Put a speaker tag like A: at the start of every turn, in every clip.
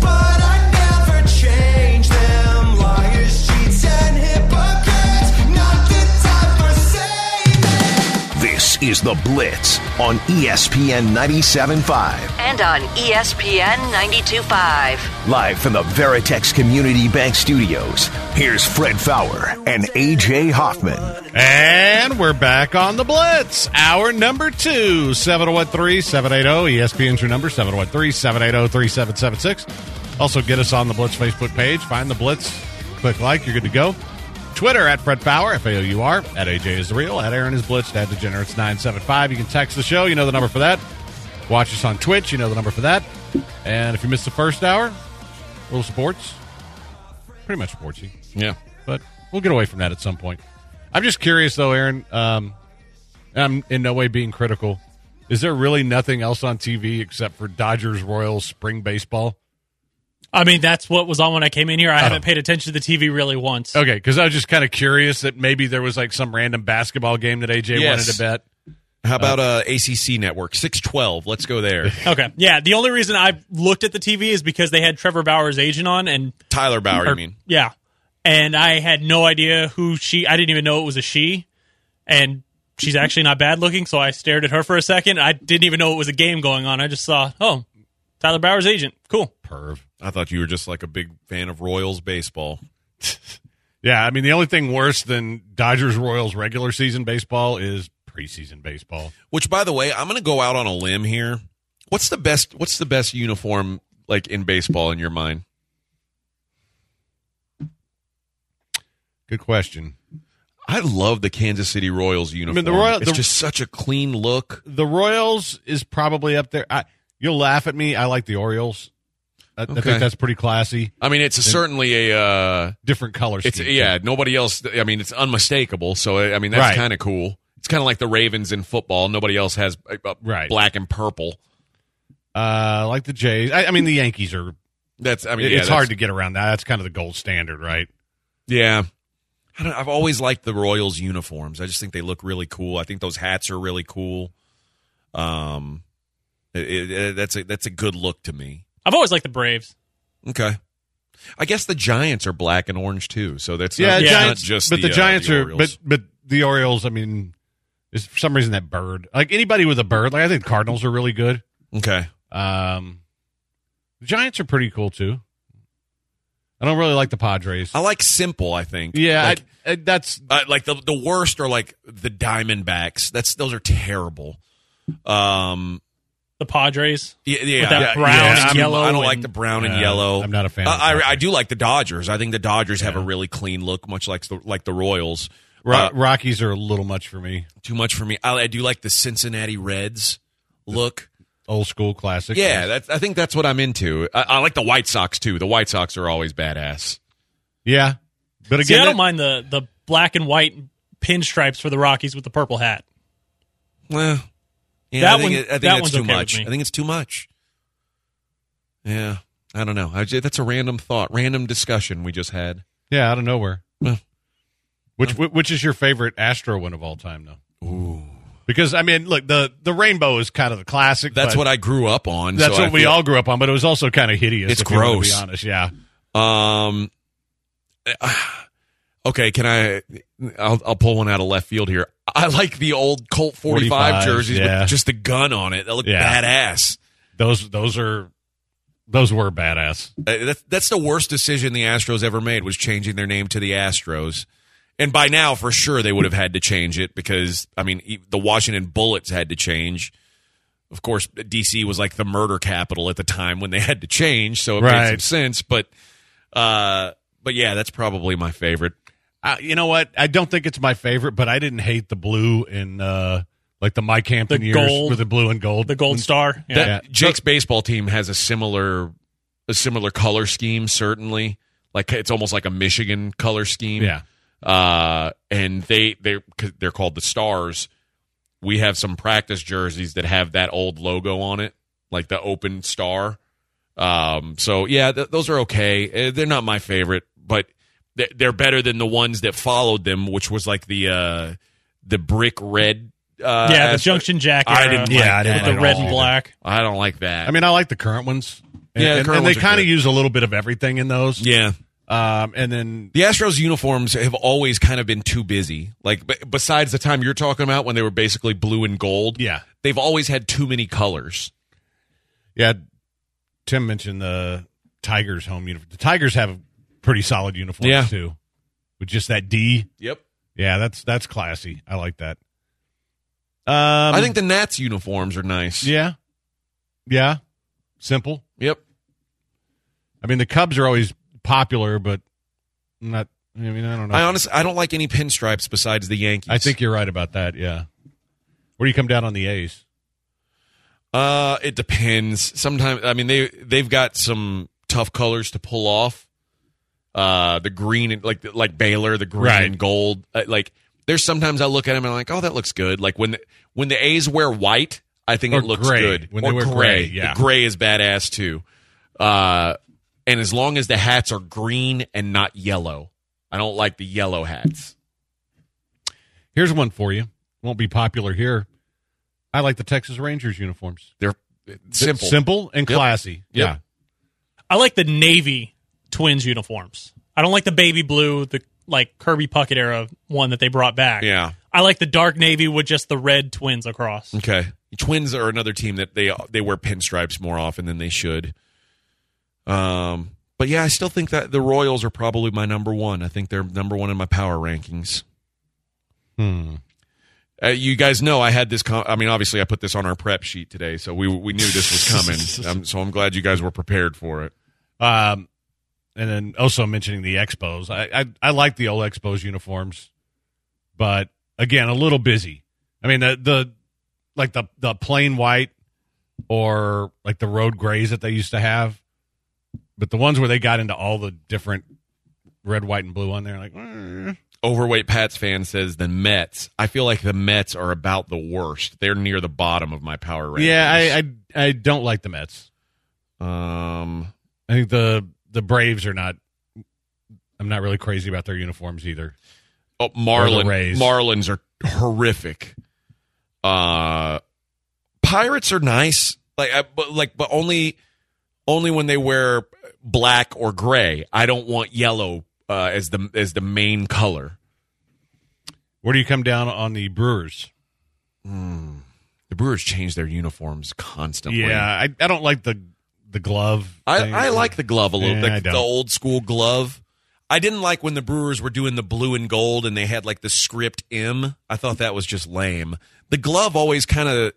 A: but I never change them. Liars, cheats, and hypocrites. Not the type for saving.
B: This is The Blitz on E ESPN 97.5,
C: and on E ESPN 92.5.
B: live from the Veritex Community Bank Studios. Here's Fred Fowler and AJ Hoffman.
D: And we're back on the Blitz. Hour number two, oh 713 780. ESPN's your number, oh 713 780 3776. Also, get us on the Blitz Facebook page. Find the Blitz. Click like. You're good to go. Twitter at Fred Power, F A O U R, at AJ is real, at Aaron is Blitz, at Degenerates 975. You can text the show. You know the number for that. Watch us on Twitch. You know the number for that. And if you missed the first hour, little sports. Pretty much sportsy.
E: Yeah.
D: but we'll get away from that at some point. I'm just curious though, Aaron. Um, I'm in no way being critical. Is there really nothing else on TV except for Dodgers Royals spring baseball?
F: I mean, that's what was on when I came in here. I haven't
D: Oh.
F: paid attention to the TV really once.
D: Okay, because I was just kind of curious that maybe there was like some random basketball game that AJ
E: Yes.
D: wanted to bet.
E: How about uh, ACC Network? 612. Let's go there.
F: Okay. Yeah. The only reason I looked at the TV is because they had Trevor Bauer's agent on, and
E: Tyler Bauer,
F: or-
E: you mean?
F: yeah, and I had no idea who she. I didn't even know it was a she, and she's actually not bad looking. So I stared at her for a second. I didn't even know it was a game going on. I just saw, oh, Tyler Bauer's agent. Cool.
E: Perv. I thought you were just like a big fan of Royals baseball.
D: Yeah, I mean the only thing worse than Dodgers Royals regular season baseball is preseason baseball.
E: Which, by the way, I'm going to go out on a limb here. What's the best? What's the best uniform like in baseball in your mind?
D: Good question.
E: I love the Kansas City Royals uniform.
D: the Royal-
E: it's
D: the-
E: just such a clean look.
D: The Royals is probably up there. I, you'll laugh at me. I like the Orioles. I, I
E: Okay.
D: think that's pretty classy.
E: I mean, it's a, certainly a. Uh,
D: Different colors.
E: it's yeah. Nobody else. I mean, it's unmistakable. So I I mean, that's
D: Right.
E: kind of cool. It's kind of like the Ravens in football. Nobody else has uh, uh,
D: Right.
E: black and purple.
D: Uh, like the Jays. I, I mean, the Yankees are.
E: That's I mean,
D: it-
E: yeah,
D: it's
E: that's-
D: hard to get around that. That's kind of the gold standard, right?
E: Yeah. I don't, I've always liked the Royals uniforms. I just think they look really cool. I think those hats are really cool. Um, it, it- it- that's a that's a good look to me.
F: I've always liked the Braves.
E: Okay. I guess the Giants are black and orange too, so that's
D: yeah,
E: not, it's not
D: Giants.
E: just
D: but the,
E: uh,
D: Giants
E: the
D: are.
E: Orioles.
D: But but the Orioles. I mean, is for some reason that bird. Like anybody with a bird. Like I think Cardinals are really good.
E: okay.
D: Um, the Giants are pretty cool too. I don't really like the Padres.
E: I like simple. I think.
D: yeah,
E: Like,
D: I, I, that's
E: uh, like the the worst are like the Diamondbacks. That's those are terrible. Um.
F: The Padres.
E: Yeah. yeah
F: With that
E: yeah,
F: brown
E: yeah,
F: and
E: I'm-
F: yellow
E: I don't like
F: and-
E: the brown
D: Yeah,
E: and yellow. Uh,
D: I'm not a fan. of
E: I,
D: Padres.
E: I, I do like the Dodgers. I think the Dodgers have a really clean look, much like the like the Royals.
D: Ro-
E: uh,
D: Rockies are a little much for me.
E: Too much for me. I, I do like the Cincinnati Reds look.
D: Old school classic.
E: Yeah, that's, I think that's what I'm into. I, I like the White Sox too. The White Sox are always badass.
D: yeah. But again,
F: See, I
D: that-
F: don't mind the the black and white pinstripes for the Rockies with the purple hat.
E: Well, yeah,
F: That
E: I think,
F: one-
E: it- I think
F: that
E: it's
F: one's
E: too
F: okay with
E: much.
F: me.
E: I think it's too much. Yeah, I don't know. I ju- that's a random thought, random discussion we just had.
D: Yeah, out of nowhere.
E: Well.
D: Which whi- which is your favorite Astro win of all time, though?
E: Ooh.
D: Because I mean, look the the rainbow is kind of the classic.
E: That's
D: but
E: what I grew up on.
D: that's
E: so I
D: what we
E: feel-
D: all grew up on, but it was also kind of hideous.
E: It's
D: if you wanna
E: gross.
D: be honest, yeah.
E: Um. Okay, can I? I'll, I'll pull one out of left field here. I like the old Colt
D: 45,
E: 45, jerseys
D: yeah.
E: with just the gun on it. That look
D: Yeah.
E: badass.
D: Those those are those were badass.
E: Uh, That's, that's the worst decision the Astros ever made was changing their name to the Astros. And by now, for sure, they would have had to change it because, I mean, e- the Washington Bullets had to change. Of course, D.C. was like the murder capital at the time when they had to change, so it made some
D: Right.
E: sense. But, uh, but yeah, that's probably my favorite.
D: Uh, you know what? I don't think it's my favorite, but I didn't hate the blue in uh, like the Mike Hampton
F: The
D: years
F: gold-
D: with the blue and gold.
F: The gold star. Yeah.
E: That,
D: Yeah.
E: Jake's baseball team has a similar a similar color scheme, certainly. Like it's almost like a Michigan color scheme.
D: Yeah.
E: Uh, and they they they're called the Stars. We have some practice jerseys that have that old logo on it, like the open star. Um, so yeah, th- those are okay. Uh, They're not my favorite, but th- they're better than the ones that followed them, which was like the uh, the brick red. Uh,
F: yeah, the
E: Astro-
F: Junction Jack.
E: I
F: era
E: didn't. Yeah, I didn't.
F: with the
E: like
F: red
E: all
F: and
E: of
F: black.
E: them. I don't like that.
D: I mean, I like the current ones. And,
E: Yeah, the
D: and-
E: current
D: and they
E: ones are
D: kind of
E: good.
D: use a little bit of everything in those.
E: yeah.
D: Um, and then
E: The Astros uniforms have always kind of been too busy. Like b- besides the time you're talking about when they were basically blue and gold.
D: Yeah.
E: They've always had too many colors.
D: yeah, Tim mentioned the Tigers home uniform. The Tigers have pretty solid uniforms
E: Yeah.
D: too, with just that D.
E: Yep.
D: Yeah, that's that's classy. I like that. Um,
E: I think the Nats uniforms are nice.
D: yeah, yeah, simple.
E: Yep.
D: I mean, the Cubs are always popular, but not. I mean, I don't know.
E: I honestly I don't like any pinstripes besides the Yankees.
D: I think you're right about that. Yeah. Where do you come down on the A's?
E: uh it depends. Sometimes I mean they they've got some tough colors to pull off. Uh the green and like like Baylor, the green
D: Right.
E: and gold. Uh, like there's sometimes I look at them and I'm like, "Oh, that looks good." Like when the, when the A's wear white, I think
D: Or
E: it looks
D: gray,
E: good.
D: when
E: or
D: they wear
E: gray.
D: gray,
E: The
D: yeah.
E: gray is badass too. Uh and as long as the hats are green and not yellow. I don't like the yellow hats.
D: Here's one for you. Won't be popular here. I like the Texas Rangers uniforms.
E: They're simple.
D: Simple and
E: Yep.
D: classy.
E: Yep.
D: Yeah.
F: I like the navy twins uniforms. I don't like the baby blue, the like Kirby Puckett era one that they brought back.
E: Yeah.
F: I like the dark navy with just the red twins across.
E: Okay. Twins are another team that they they wear pinstripes more often than they should. Um, but yeah, I still think that the Royals are probably my number one. I think they're number one in my power rankings.
D: Hmm.
E: Uh, you guys know I had this. Com- I mean, obviously, I put this on our prep sheet today, so we we knew this was coming. um, so I'm glad you guys were prepared for it.
D: Um, and then also mentioning the Expos. I, I I like the old Expos uniforms, but again, a little busy. I mean the the like the the plain white or like the road grays that they used to have, but the ones where they got into all the different red, white, and blue on there, like eh.
E: Overweight Pats fan says the Mets. I feel like the Mets are about the worst. They're near the bottom of my power rankings.
D: yeah, I, I I don't like the Mets.
E: I um.
D: I think the the Braves are not. I'm not really crazy about their uniforms either.
E: Oh,
D: Or the
E: Marlin,
D: Rays.
E: Marlins are horrific. Uh, Pirates are nice, like I, but like but only only when they wear black or gray. I don't want yellow uh, as the as the main color.
D: Where do you come down on the Brewers?
E: The Brewers change their uniforms constantly.
D: Yeah, I, I don't like the the glove. thing.
E: I, I like the glove a little,
D: Yeah,
E: like
D: I
E: the
D: don't.
E: old school glove. I didn't like when the Brewers were doing the blue and gold and they had like the script M. I thought that was just lame. The glove always kind of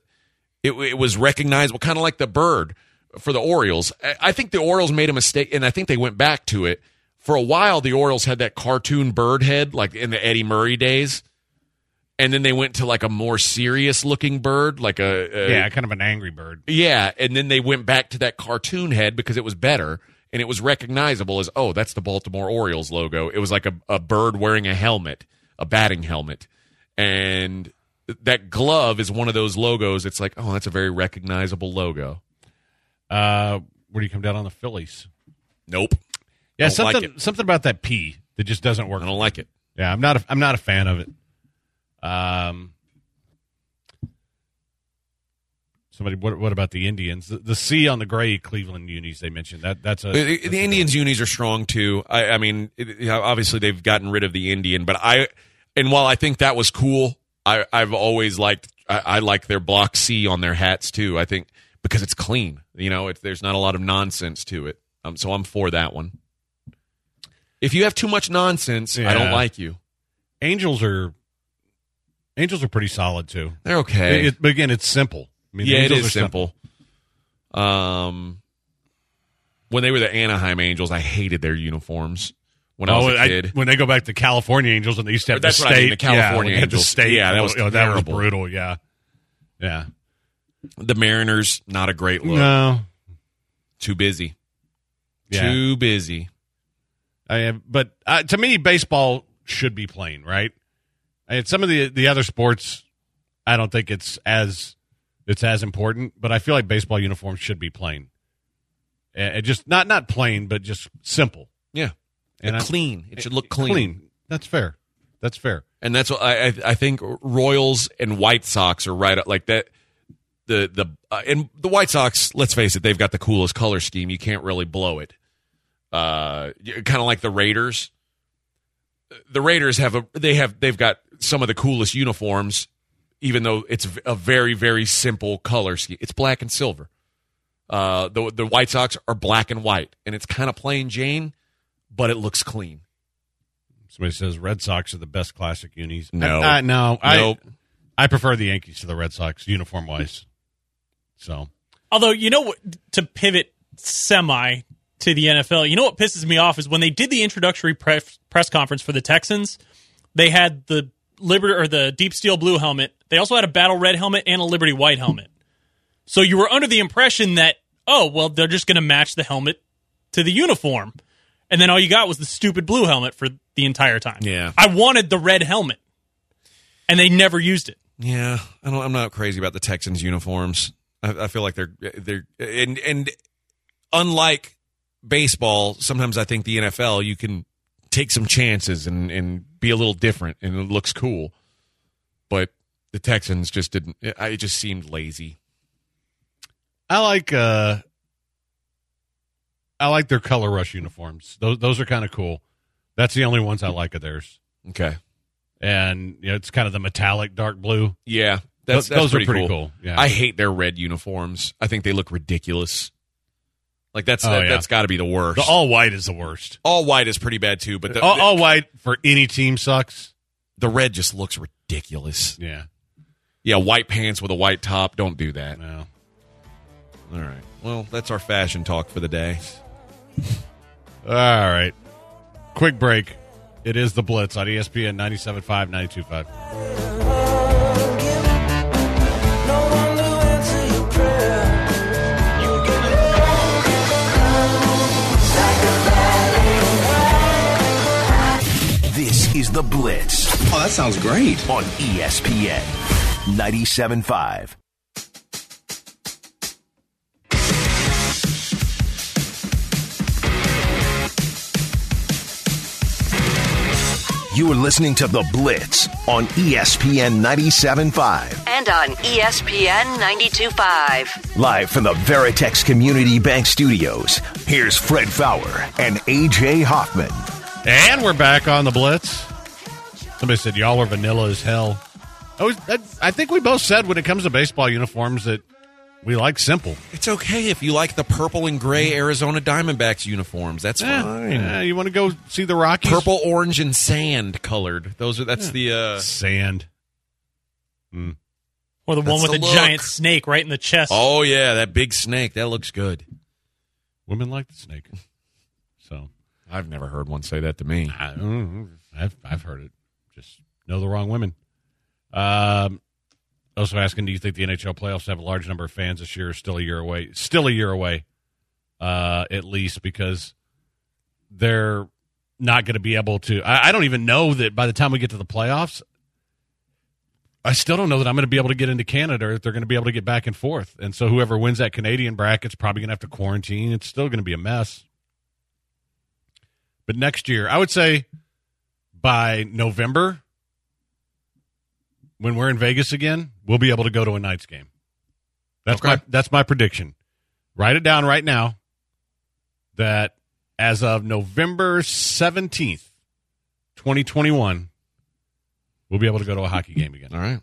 E: it, it was recognizable, kind of like the bird for the Orioles. I, I think the Orioles made a mistake, and I think they went back to it. For a while, the Orioles had that cartoon bird head, like in the Eddie Murray days, and then they went to like a more serious looking bird, like a, a
D: yeah, kind of an angry bird.
E: yeah, and then they went back to that cartoon head because it was better and it was recognizable as oh, that's the Baltimore Orioles logo. It was like a, a bird wearing a helmet, a batting helmet. And that glove is one of those logos. It's like, oh, that's a very recognizable logo.
D: Uh, where do you come down on the Phillies?
E: Nope.
D: Yeah,
E: Don't like
D: something something about that P that just doesn't work.
E: I don't like it.
D: Yeah, I'm not a, I'm not a fan of it. Um, somebody, what what about the Indians? The, the C on the gray Cleveland unis they mentioned that that's a
E: The- the, the Indians unis are strong too. I, I mean, it, you know, obviously they've gotten rid of the Indian, but I and while I think that was cool, I, I've always liked I, I like their block C on their hats too. I think because it's clean, you know, it's there's not a lot of nonsense to it. Um, so I'm for that one. If you have too much nonsense, I don't
D: Yeah.
E: like you.
D: Angels are Angels are pretty solid too.
E: They're okay.
D: It- it- but again, it's simple. I mean, the
E: yeah, it
D: Angels
E: is
D: are
E: simple. Um, when they were the Anaheim Angels, I hated their uniforms when I was a
D: Oh, I-
E: kid.
D: when they go back to California Angels and they used to have
E: That's
D: the
E: what I
D: state,
E: mean, the California
D: yeah, when they had
E: Angels.
D: the state,
E: Yeah, that was
D: oh, that was
E: terrible.
D: brutal. Yeah, yeah.
E: The Mariners, not a great look.
D: No,
E: Too busy.
D: Yeah.
E: Too busy.
D: I have, but uh, to me, baseball should be playing right. And some of the the other sports, I don't think it's as it's as important, but I feel like baseball uniforms should be plain. Uh, just not not plain, but just simple.
E: Yeah.
D: And
E: And
D: I-
E: clean. It should look clean.
D: That's fair. That's fair.
E: And that's what I, I I think Royals and White Sox are right up like that. The the uh, and the White Sox. Let's face it, they've got the coolest color scheme. You can't really blow it. Uh, kind of like the Raiders. The Raiders have a they have they've got some of the coolest uniforms, even though it's a very very simple color scheme. It's black and silver. Uh, the the White Sox are black and white, and it's kind of plain Jane, but it looks clean.
D: Somebody says Red Sox are the best classic unis.
E: No.
D: I, I- no,
E: Nope.
D: I I prefer the Yankees to the Red Sox uniform wise. So
F: Although you know what, to pivot semi to the NFL, you know what pisses me off is when they did the introductory press press conference for the Texans, they had the Liberty or the Deep Steel blue helmet. They also had a Battle Red helmet and a Liberty White helmet. So you were under the impression that oh well, they're just going to match the helmet to the uniform, and then all you got was the stupid blue helmet for the entire time.
E: Yeah.
F: I wanted the red helmet, and they never used it.
E: Yeah, I don't. I'm not crazy about the Texans uniforms. I, I feel like they're they're and and unlike baseball, sometimes I think the NFL you can take some chances and and be a little different and it looks cool. But the Texans just didn't. It, it just seemed lazy.
D: I like uh I like their color rush uniforms. Those those are kind of cool. That's the only ones I like of theirs.
E: Okay.
D: And you know, it's kind of the metallic dark blue.
E: Yeah, that's,
D: Th-
E: that's
D: those
E: pretty
D: are pretty cool.
E: cool.
D: Yeah.
E: I hate their red uniforms. I think they look ridiculous. Like that's
D: Oh,
E: that,
D: yeah.
E: that's got to be the worst.
D: The all white is the worst.
E: all white is pretty bad too, but the,
D: all,
E: Uh, the,
D: all white for any team sucks.
E: the red just looks ridiculous.
D: Yeah.
E: Yeah, white pants with a white top. Don't do that.
D: No.
E: All right. Well, that's our fashion talk for the day.
D: All right. Quick break. It is the Blitz on E ESPN 97.5, 92.5.
B: This is The Blitz
G: Oh, that sounds great.
B: on E ESPN 97.5. You are listening to The Blitz on E ESPN 97.5.
C: and on E ESPN 92.5.
B: Live from the Veritex Community Bank Studios, here's Fred Fowler and AJ Hoffman.
D: And we're back on the Blitz. Somebody said y'all are vanilla as hell. I, was, I, I think we both said when it comes to baseball uniforms that we like simple.
E: It's okay if you like the purple and gray Arizona Diamondbacks uniforms. That's fine.
D: Yeah, you want to go see the Rockies?
E: Purple, orange, and sand colored. Those are. That's the. uh
D: sand.
F: Or the one
E: That's
F: with
E: the
F: the,
E: look.
F: giant snake right in the chest.
E: Oh yeah, that big snake. That looks good.
D: Women like the snake. So
E: I've never heard one say that to me.
D: I,
E: Mm-hmm.
D: I've I've heard it. Just know the wrong women. Um, also asking, do you think the NHL playoffs have a large number of fans this year? Or still a year away. Still a year away, uh, at least because they're not going to be able to. I, I don't even know that by the time we get to the playoffs. I still don't know that I'm going to be able to get into Canada or if they're going to be able to get back and forth. And so whoever wins that Canadian bracket's probably going to have to quarantine. It's still going to be a mess. But next year, I would say by November, when we're in Vegas again, we'll be able to go to a Knights game. That's
E: Okay.
D: my that's my prediction. Write it down right now. That as of November seventeenth, twenty twenty one, we'll be able to go to a hockey game again.
E: All right.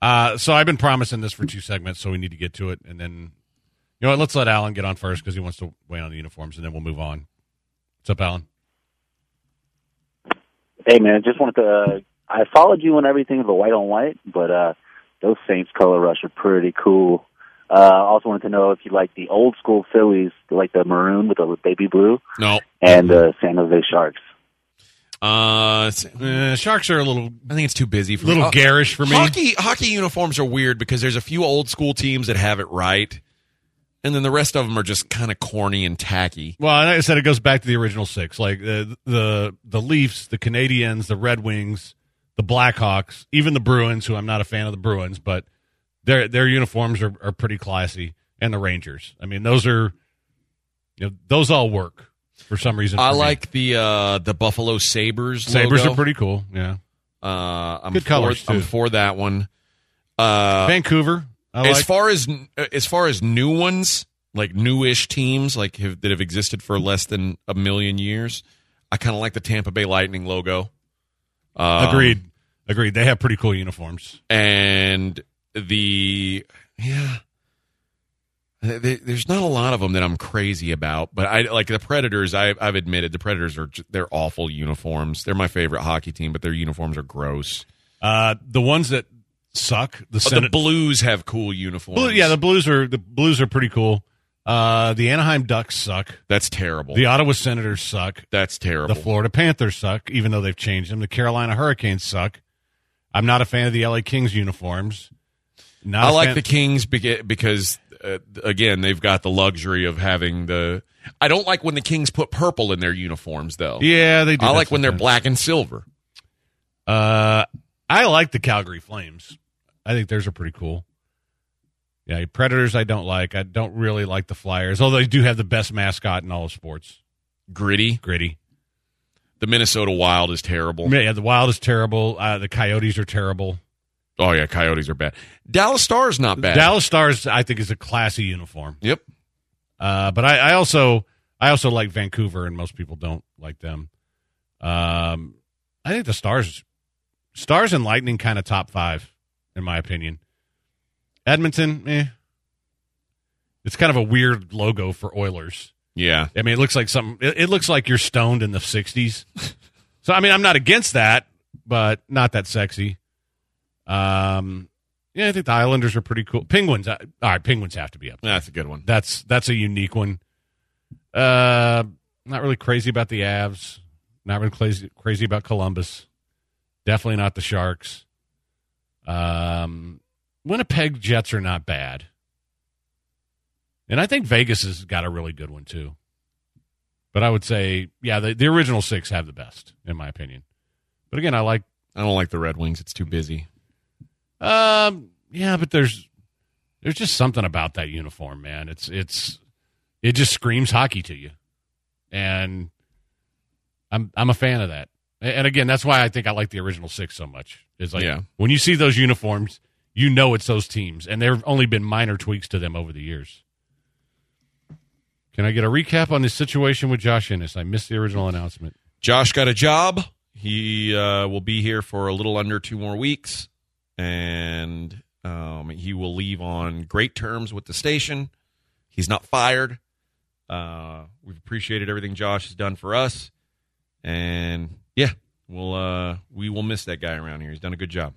D: Uh, so I've been promising this for two segments, so we need to get to it, and then you know what? Let's let Alan get on first because he wants to weigh on the uniforms, and then we'll move on. What's up, Alan?
H: Hey man, just wanted to. uh, I followed you on everything but white on white, but uh, those Saints color rush are pretty cool. Uh, also wanted to know if you like the old school Phillies, like the maroon with the baby blue,
E: No.
H: and the San Jose Sharks.
E: Uh, it's-
D: Uh, sharks are a little
E: I think it's too busy for me.
D: little
E: Uh,
D: garish for me.
E: Hockey hockey uniforms are weird because there's a few old school teams that have it right, and then the rest of them are just kind of corny and tacky.
D: Well, and like I said it goes back to the original six, like the the the Leafs, the Canadians, the Red Wings, the Blackhawks, even the Bruins, who I'm not a fan of the Bruins, but their their uniforms are, are pretty classy, and the Rangers. I mean, those are You know, those all work for some reason.
E: I
D: for me.
E: like the uh, the Buffalo Sabers.
D: sabers are pretty cool. Yeah,
E: Uh, I'm
D: Good
E: for,
D: colors, too.
E: I'm for that one. Uh,
D: Vancouver. I
E: as
D: like.
E: far as as far as new ones, like newish teams, like have, that have existed for less than a million years, I kind of like the Tampa Bay Lightning logo. Um,
D: Agreed. Agreed. They have pretty cool uniforms.
E: and the yeah Th- th- there's not a lot of them that I'm crazy about, but I like the Predators. I, I've admitted the Predators are j- they're awful uniforms. They're my favorite hockey team, but their uniforms are gross.
D: Uh, the ones that suck. The,
E: But Oh, the
D: Senate,
E: Blues have cool uniforms.
D: Blue- yeah, the Blues are the Blues are pretty cool. Uh, the Anaheim Ducks suck.
E: that's terrible.
D: The Ottawa Senators suck.
E: that's terrible.
D: The Florida Panthers suck, even though they've changed them. The Carolina Hurricanes suck. I'm not a fan of the LA Kings uniforms. Not
E: I
D: a
E: like
D: fan-
E: the Kings beca- because uh, again they've got the luxury of having the. I don't like when the Kings put purple in their uniforms though.
D: Yeah, they do.
E: I
D: that
E: like when they're
D: sometimes.
E: black and silver.
D: Uh, I like the Calgary Flames. I think theirs are pretty cool. Yeah, Predators I don't like. I don't really like the Flyers, although they do have the best mascot in all of sports.
E: Gritty.
D: Gritty.
E: The Minnesota Wild is terrible.
D: Yeah, the Wild is terrible. Uh, the Coyotes are terrible.
E: Oh yeah, Coyotes are bad. Dallas Stars not bad.
D: Dallas Stars, I think, is a classy uniform.
E: Yep.
D: Uh, but I, I also I also like Vancouver, and most people don't like them. Um, I think the Stars, Stars and Lightning, kind of top five in my opinion. Edmonton, eh. It's kind of a weird logo for Oilers.
E: Yeah.
D: I mean, it looks like something. It, it looks like you're stoned in the '60s. so I mean, I'm not against that, but not that sexy. Um, yeah, I think the Islanders are pretty cool. Penguins, I, all right, Penguins have to be up.
E: That's a good one.
D: That's that's a unique one. Uh, not really crazy about the Avs. Not really crazy crazy about Columbus. Definitely not the Sharks. Um, Winnipeg Jets are not bad, and I think Vegas has got a really good one too. But I would say, yeah, the, the original six have the best, in my opinion. But again, I like
E: I don't like the Red Wings. It's too busy.
D: um, yeah, but there's there's just something about that uniform, man. It's it's it just screams hockey to you, and I'm I'm a fan of that. A- And again, that's why I think I like the original six so much. Is like
E: Yeah.
D: when you see those uniforms, you know it's those teams, and there have only been minor tweaks to them over the years. Can I get a recap on the situation with Josh Ennis? I missed the original announcement.
E: Josh got a job. He uh, will be here for a little under two more weeks, and um, he will leave on great terms with the station. He's not fired. Uh, we've appreciated everything Josh has done for us, and yeah, we'll uh, we will miss that guy around here. He's done a good job.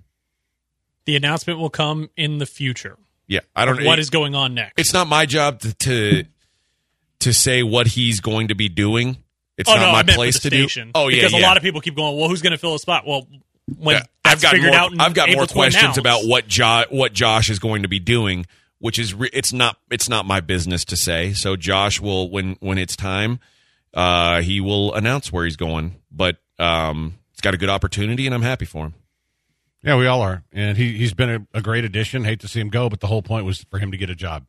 F: The announcement will come in the future.
E: Yeah, I don't know
F: What is going on next?
E: it's not my job to to, to say what he's going to be doing. It's
F: oh
E: not my
F: no, I meant for
E: place
F: the
E: to do.
F: station.
E: Oh yeah,
F: because
E: yeah.
F: a lot of people keep going. Well, who's going to fill the spot? Well, when
E: Yeah,
F: that's
E: I've got
F: figured
E: more,
F: out, and
E: I've got
F: able
E: more
F: to
E: questions
F: announce-
E: about what jo- what Josh is going to be doing, which is re- it's not it's not my business to say. So Josh will when when it's time, uh, he will announce where he's going. But um, it's got a good opportunity, and I'm happy for him.
D: Yeah, we all are. And he, he's been a, a great addition. Hate to see him go, but the whole point was for him to get a job.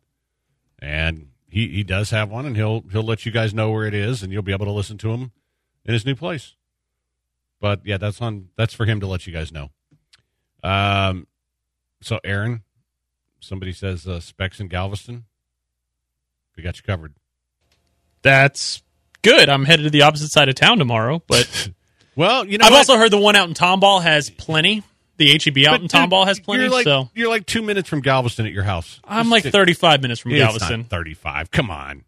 D: And he, he does have one, and he'll he'll let you guys know where it is, and you'll be able to listen to him in his new place. But yeah, that's on that's for him to let you guys know. Um, so Aaron, somebody says uh, Specs in Galveston. We got you covered.
F: That's good. I'm headed to the opposite side of town tomorrow, but
D: Well, you know,
F: I've
D: what?
F: also heard the one out in Tomball has plenty. The HEB out
D: But,
F: in
D: dude,
F: Tomball has plenty.
D: You're like,
F: so
D: you're like two minutes from Galveston at your house.
F: I'm
D: Just
F: like
D: sit-
F: 35 minutes from
D: It's not
F: Galveston.
D: 35. Come on.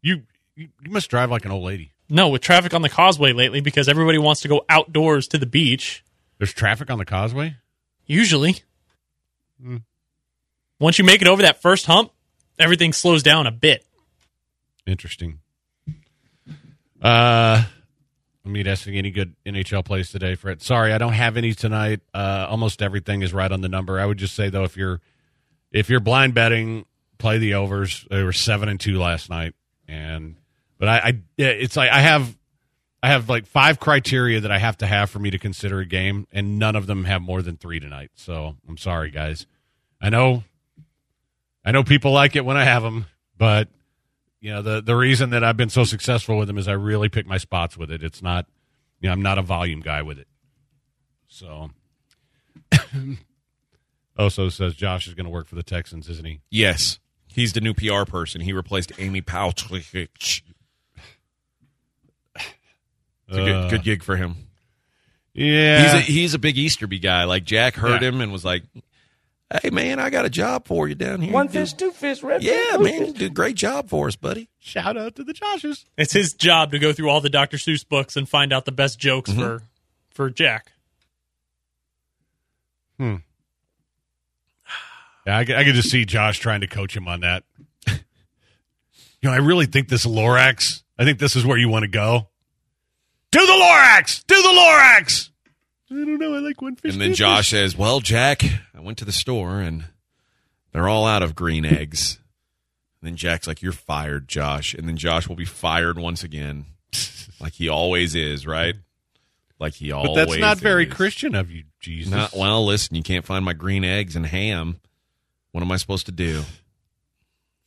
D: You, you you must drive like an old lady.
F: No, with traffic on the causeway lately, because everybody wants to go outdoors to the beach.
D: There's traffic on the causeway?
F: Usually,
E: Hmm.
F: once you make it over that first hump, everything slows down a bit.
D: Interesting. Uh let me asking any good NHL plays today, Fred. Sorry, I don't have any tonight. Uh almost everything is right on the number. I would just say though, if you're if you're blind betting, play the overs. They were seven and two last night. And but I, I yeah, it's like I have I have like five criteria that I have to have for me to consider a game, and none of them have more than three tonight. So I'm sorry, guys. I know I know people like it when I have them, but You know, the the reason that I've been so successful with them is I really pick my spots with it. It's not, you know, I'm not a volume guy with it. So, Oso says Josh is going to work for the Texans, isn't he?
E: Yes. He's the new PR person. He replaced Amy Powtrich. It's a
D: Uh,
E: good, good gig for him. He's a,
D: Yeah,
E: he's a big Easterby guy. Like Jack heard
D: Yeah.
E: him and was like, "Hey man, I got a job for you down here.
G: One
E: You do-
G: fish, two fish, red fish,
E: Yeah,
G: blue
E: man, you
G: fish.
E: did a great job for us, buddy.
D: shout out to the Joshes.
F: It's his job to go through all the Dr. Seuss books and find out the best jokes
E: Mm-hmm.
F: for for Jack.
D: Yeah, I, could- I could just see Josh trying to coach him on that. you know, I really think this Lorax, I think this is where you want to go. Do the Lorax! Do the Lorax! I don't know. I like one fish.
E: And then
D: two
E: Josh
D: fish.
E: says, "Well, Jack, I went to the store and they're all out of green eggs." And then Jack's like, "You're fired, Josh." And then Josh will be fired once again, like he always is, right? Like he
D: But
E: always.
D: that's not very
E: is.
D: Christian of you, Jesus.
E: Not well. Listen, you can't find my green eggs and ham. What am I supposed to do?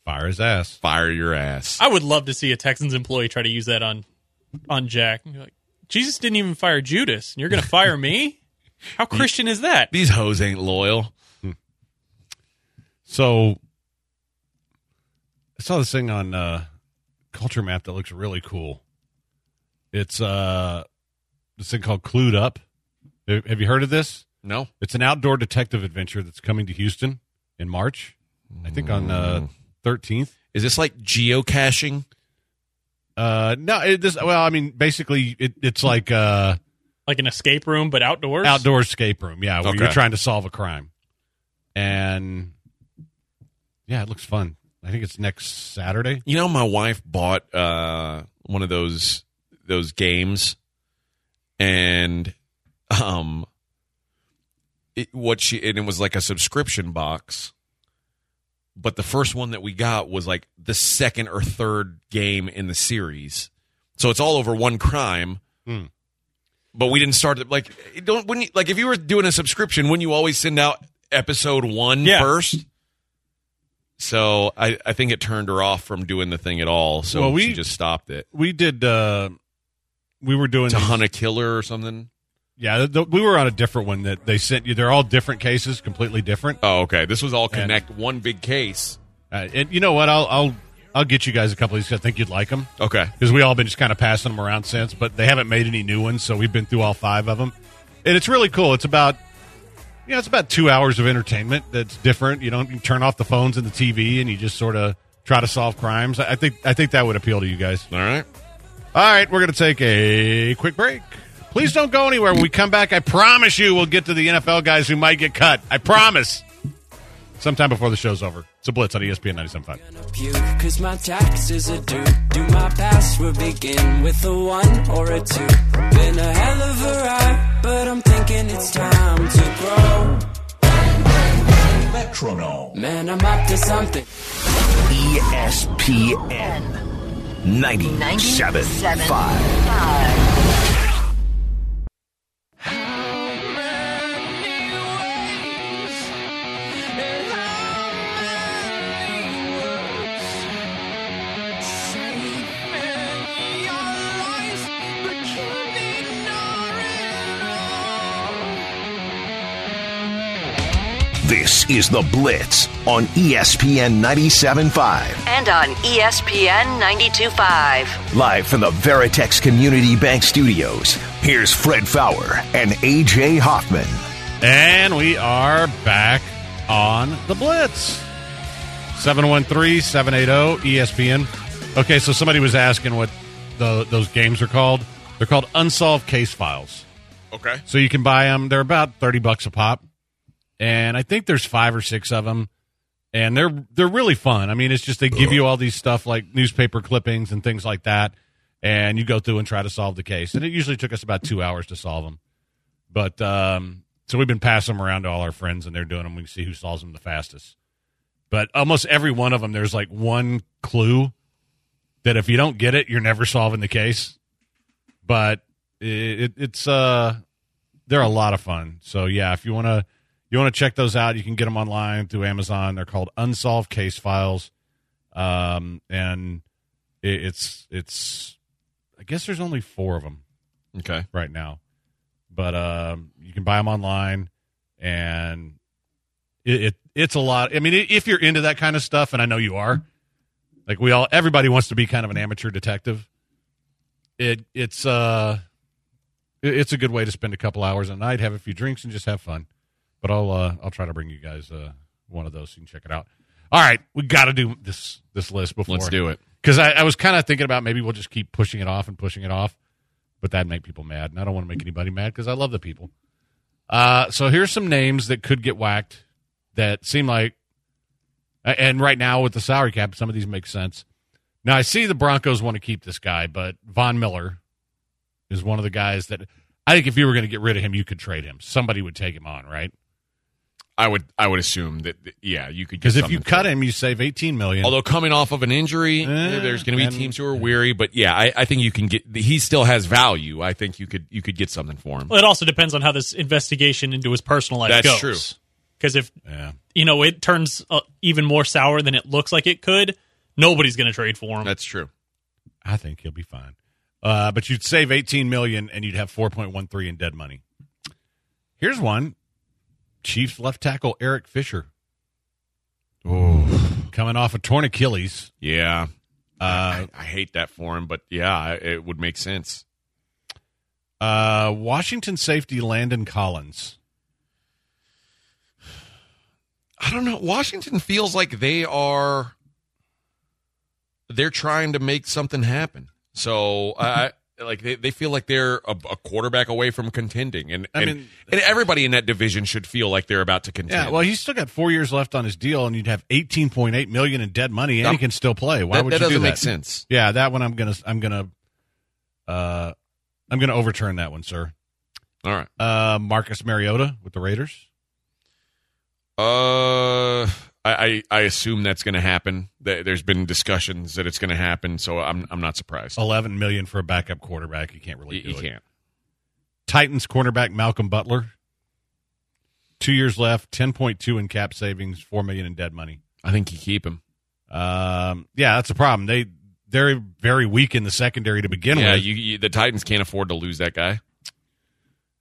D: Fire his ass.
E: Fire your ass.
F: I would love to see a Texans employee try to use that on on Jack. You're like, Jesus didn't even fire Judas, and you're going to fire me? How Christian is that?
E: These hoes ain't loyal.
D: So I saw this thing on uh, Culture Map that looks really cool. It's uh, this thing called Clued Up. Have have you heard of this?
E: No.
D: It's an outdoor detective adventure that's coming to Houston in March. I think on
E: Mm.
D: the thirteenth.
E: Is this like geocaching?
D: Uh, no, it, this well, I mean, basically, it, it's like uh,
F: Like an escape room, but outdoors?
D: outdoor escape room. Yeah, where you're
E: Okay.
D: trying to solve a crime, and yeah, it looks fun. I think it's next Saturday.
E: You know, my wife bought uh, one of those those games, and um, it, what she and it was like a subscription box. But the first one that we got was like the second or third game in the series, so it's all over one crime.
D: Hmm.
E: But we didn't start it like it don't wouldn't you, like if you were doing a subscription, wouldn't you always send out episode one first?
F: Yeah.
E: So I, I think it turned her off from doing the thing at all. So
D: Well, we-
E: she just stopped it
D: We did. Uh, we were doing
E: to hunt a killer or something.
D: yeah. The, we were on a different one that they sent you. They're all different cases, completely different.
E: Oh, okay. This was all connect one big case.
D: Uh, and you know what? I'll I'll I'll get you guys a couple of these. 'cause I think you'd like them.
E: Okay.
D: because we all been just kind of passing them around since, but they haven't made any new ones, so we've been through all five of them, and it's really cool. It's about you know, it's about two hours of entertainment that's different. You don't you turn off the phones and the TV, and you just sort of try to solve crimes. I I think I think that would appeal to you guys.
E: All right.
D: All right, we're going to take a quick break. Please don't go anywhere. When we come back, I promise you we'll get to the NFL guys who might get cut. I promise. Sometime before the show's over. It's a blitz on E ESPN 97.5.
I: puke Cause my taxes are due Do my password begin with a one or a two? Been a hell of a ride But I'm thinking it's time to grow
B: Metronome.
I: Man, I'm up to something
B: E ESPN 97.5. This is The Blitz on E ESPN 97.5.
C: And on E ESPN 92.5.
B: Live from the Veritex Community Bank Studios, here's Fred Fowler and A.J. Hoffman.
D: And we are back on the Blitz. 713 780 ESPN. Okay, so somebody was asking what the, those games are called. They're called Unsolved Case Files.
E: Okay.
D: So you can buy them. They're about 30 bucks a pop. And I think there's five or six of them. And they're they're really fun. I mean, it's just they give you all these stuff like newspaper clippings and things like that, and you go through and try to solve the case. And it usually took us about two hours to solve them. But um, so we've been passing them around to all our friends, and they're doing them. We can see who solves them the fastest. But almost every one of them, there's like one clue that if you don't get it, you're never solving the case. But it, it, it's uh, they're a lot of fun. So yeah, if you want to you want to check those out, you can get them online through Amazon. They're called Unsolved Case Files. Um, and It, it's it's. I guess there's only four of them
E: Okay.
D: right now, but um, you can buy them online, and it, it it's a lot. I mean, i- if you're into that kind of stuff, and I know you are, like we all, everybody wants to be kind of an amateur detective. It it's uh, it- it's a good way to spend a couple hours a night, have a few drinks, and just have fun. But I'll uh, I'll try to bring you guys uh, one of those so you can check it out. All right, we got to do this this list before
E: Let's do it.
D: because I, I was kind of thinking about maybe we'll just keep pushing it off and pushing it off, but that'd make people mad, and I don't want to make anybody mad because I love the people. Uh, so here's some names that could get whacked that seem like, a- and right now with the salary cap, some of these make sense. Now I see the Broncos want to keep this guy, but Von Miller is one of the guys that I think if you were going to get rid of him, you could trade him. Somebody would take him on, right?
E: I would I would assume that that- yeah you could get
D: Because if you
E: something
D: cut
E: for
D: him, you save eighteen million.
E: Although coming off of an injury,
D: Eh,
E: there's going to be
D: and-
E: teams who are weary. But yeah, I, I think you can get. He still has value. I think you could you could get something for him.
F: Well, it also depends on how this investigation into his personal life
E: That's
F: goes.
E: true.
F: Because if
D: yeah,
F: you know it turns uh, even more sour than it looks like it could, nobody's going to trade for him.
E: That's true.
D: I think he'll be fine. Uh, but you'd save eighteen million, and you'd have four point one three in dead money. Here's one: Chiefs left tackle Eric Fisher. Oh, coming off a torn Achilles.
E: Yeah,
D: Uh,
E: I, I hate that for him, but yeah, I- it would make sense.
D: uh, Washington safety Landon Collins.
E: I don't know. Washington feels like they are they're trying to make something happen. So I I- like they, they feel like they're a, a quarterback away from contending, and
D: I
E: and,
D: mean-
E: and everybody in that division should feel like they're about to contend.
D: Yeah, well, he's still got four years left on his deal, and you'd have eighteen point eight million in dead money, and he
E: No.
D: can still play. Why
E: that,
D: would
E: that
D: you
E: doesn't
D: do
E: make
D: that?
E: sense.
D: Yeah, that one I'm gonna I'm gonna uh I'm gonna overturn that one, sir.
E: All right.
D: Uh Marcus Mariota with the Raiders.
E: Uh, I I, I assume that's going to happen. Th- There's been discussions that it's going to happen, so I'm I'm not surprised.
D: Eleven million for a backup quarterback. You can't really
E: you,
D: do
E: you
D: it.
E: can't.
D: Titans cornerback Malcolm Butler. Two years left, ten point two in cap savings, four million in dead money.
E: I think you keep him.
D: Um yeah, that's a problem. They they're very weak in the secondary to begin
E: Yeah,
D: with.
E: you, you the Titans can't afford to lose that guy.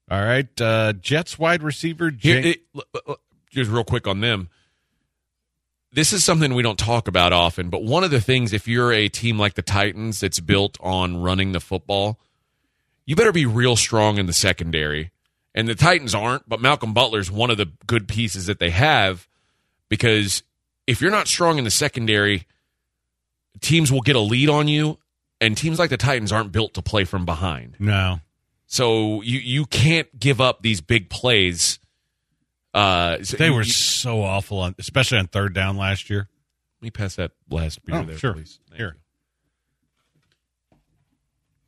D: All right. Uh Jets wide receiver
E: Here,
D: Jan-
E: it- l- l- l- just real quick on them. This is something we don't talk about often, but one of the things, if you're a team like the Titans that's built on running the football, you better be real strong in the secondary. And the Titans aren't, but Malcolm Butler's one of the good pieces that they have because if you're not strong in the secondary, teams will get a lead on you, and teams like the Titans aren't built to play from behind.
D: No.
E: So you you can't give up these big plays. Uh, so
D: They
E: you-
D: were
E: you-
D: so awful on especially on third down last year.
E: let me pass that last beer
D: Oh,
E: there,
D: sure.
E: please. Thank
D: Here.
E: you.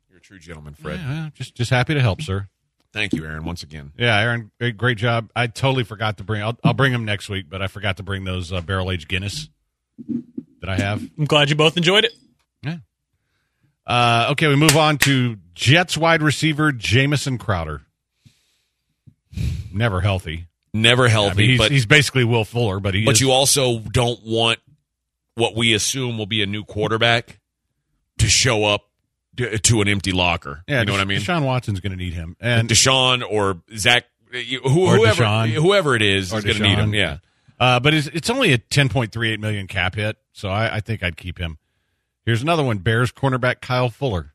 E: You're a true gentleman, Fred.
D: Yeah, just just happy to help, sir.
E: Thank you, Aaron, once again.
D: Yeah, Aaron, great, great job. I totally forgot to bring. I'll, I'll bring them next week, but I forgot to bring those uh, barrel aged Guinness that I have.
F: I'm glad you both enjoyed it.
D: Uh, okay, we move on to Jets wide receiver Jamison Crowder. Never healthy.
E: Never
D: I
E: healthy,
D: mean, he's,
E: but
D: he's basically Will Fuller, but he.
E: but
D: is-
E: you also don't want what we assume will be a new quarterback to show up to, to an empty locker.
D: yeah,
E: you know what I mean?
D: Deshaun Watson's going to need him, and
E: Deshaun or Zach, you- who,
D: Or
E: whoever
D: Deshaun.
E: whoever it is
D: Or
E: is going to need him.
D: Deshaun.
E: Yeah,
D: Uh, but it's, it's only a 10.38 million cap hit, so I, I think I'd keep him. Here's another one Bears cornerback Kyle Fuller.